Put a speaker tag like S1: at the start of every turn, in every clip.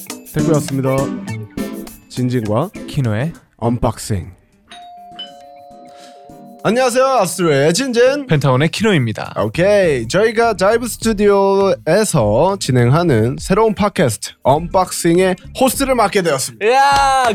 S1: 스태프였습니다. 진진과
S2: 키노의
S1: 언박싱. 안녕하세요, 아스트로의 진진.
S2: 펜타곤의 키노입니다.
S1: 오케이, 저희가 다이브 스튜디오에서 진행하는 새로운 팟캐스트 언박싱의 호스트를 맡게 되었습니다.
S2: 야,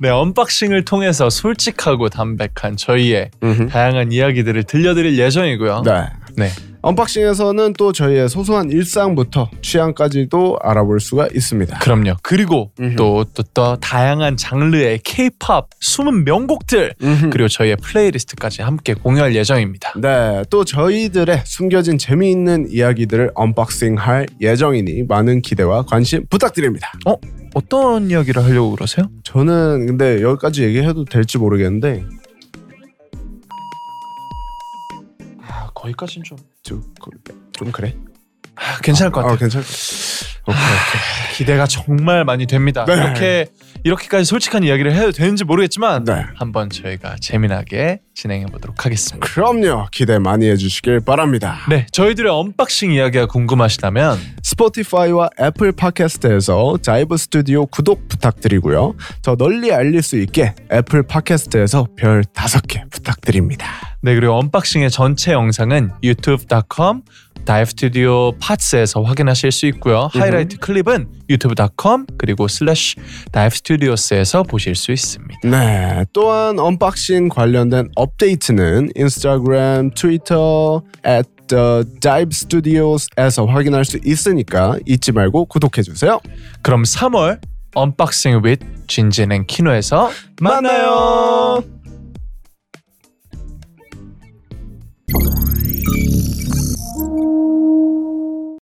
S2: 네, 언박싱을 통해서 솔직하고 담백한 저희의 다양한 이야기들을 들려드릴 예정이고요.
S1: 네.
S2: 네.
S1: 언박싱에서는 또 저희의 소소한 일상부터 취향까지도 알아볼 수가 있습니다.
S2: 그럼요. 그리고 또 또 또 다양한 장르의 K-팝 숨은 명곡들 그리고 저희의 플레이리스트까지 함께 공유할 예정입니다.
S1: 네, 또 저희들의 숨겨진 재미있는 이야기들을 언박싱할 예정이니 많은 기대와 관심 부탁드립니다.
S2: 어? 어떤 이야기를 하려고 그러세요?
S1: 저는 근데 여기까지 얘기해도 될지 모르겠는데
S2: 아, 거기까진 좀.
S1: 좀, 그- 좀 그래?
S2: 아, 괜찮을 것
S1: 아,
S2: 같아요.
S1: 괜찮을 것 같아. 오케이, 오케이.
S2: 기대가 정말 많이 됩니다.
S1: 네.
S2: 이렇게 이렇게까지 솔직한 이야기를 해도 되는지 모르겠지만
S1: 네.
S2: 한번 저희가 재미나게 진행해 보도록 하겠습니다.
S1: 그럼요. 기대 많이 해주시길 바랍니다.
S2: 네, 저희들의 언박싱 이야기가 궁금하시다면
S1: 스포티파이와 애플 팟캐스트에서 자이브 스튜디오 구독 부탁드리고요. 더 널리 알릴 수 있게 애플 팟캐스트에서 별 다섯 개 부탁드립니다.
S2: 네 그리고 언박싱의 전체 영상은 youtube.com 다이브 스튜디오 파츠에서 확인하실 수 있고요. 하이라이트 클립은 유튜브.com 그리고 슬래시 다이브 스튜디오스에서 보실 수 있습니다.
S1: 네, 또한 언박싱 관련된 업데이트는 인스타그램, 트위터, at the dive studios에서 확인할 수 있으니까 잊지 말고 구독해주세요.
S2: 그럼 3월 언박싱 with 진진 앤 키노에서 만나요.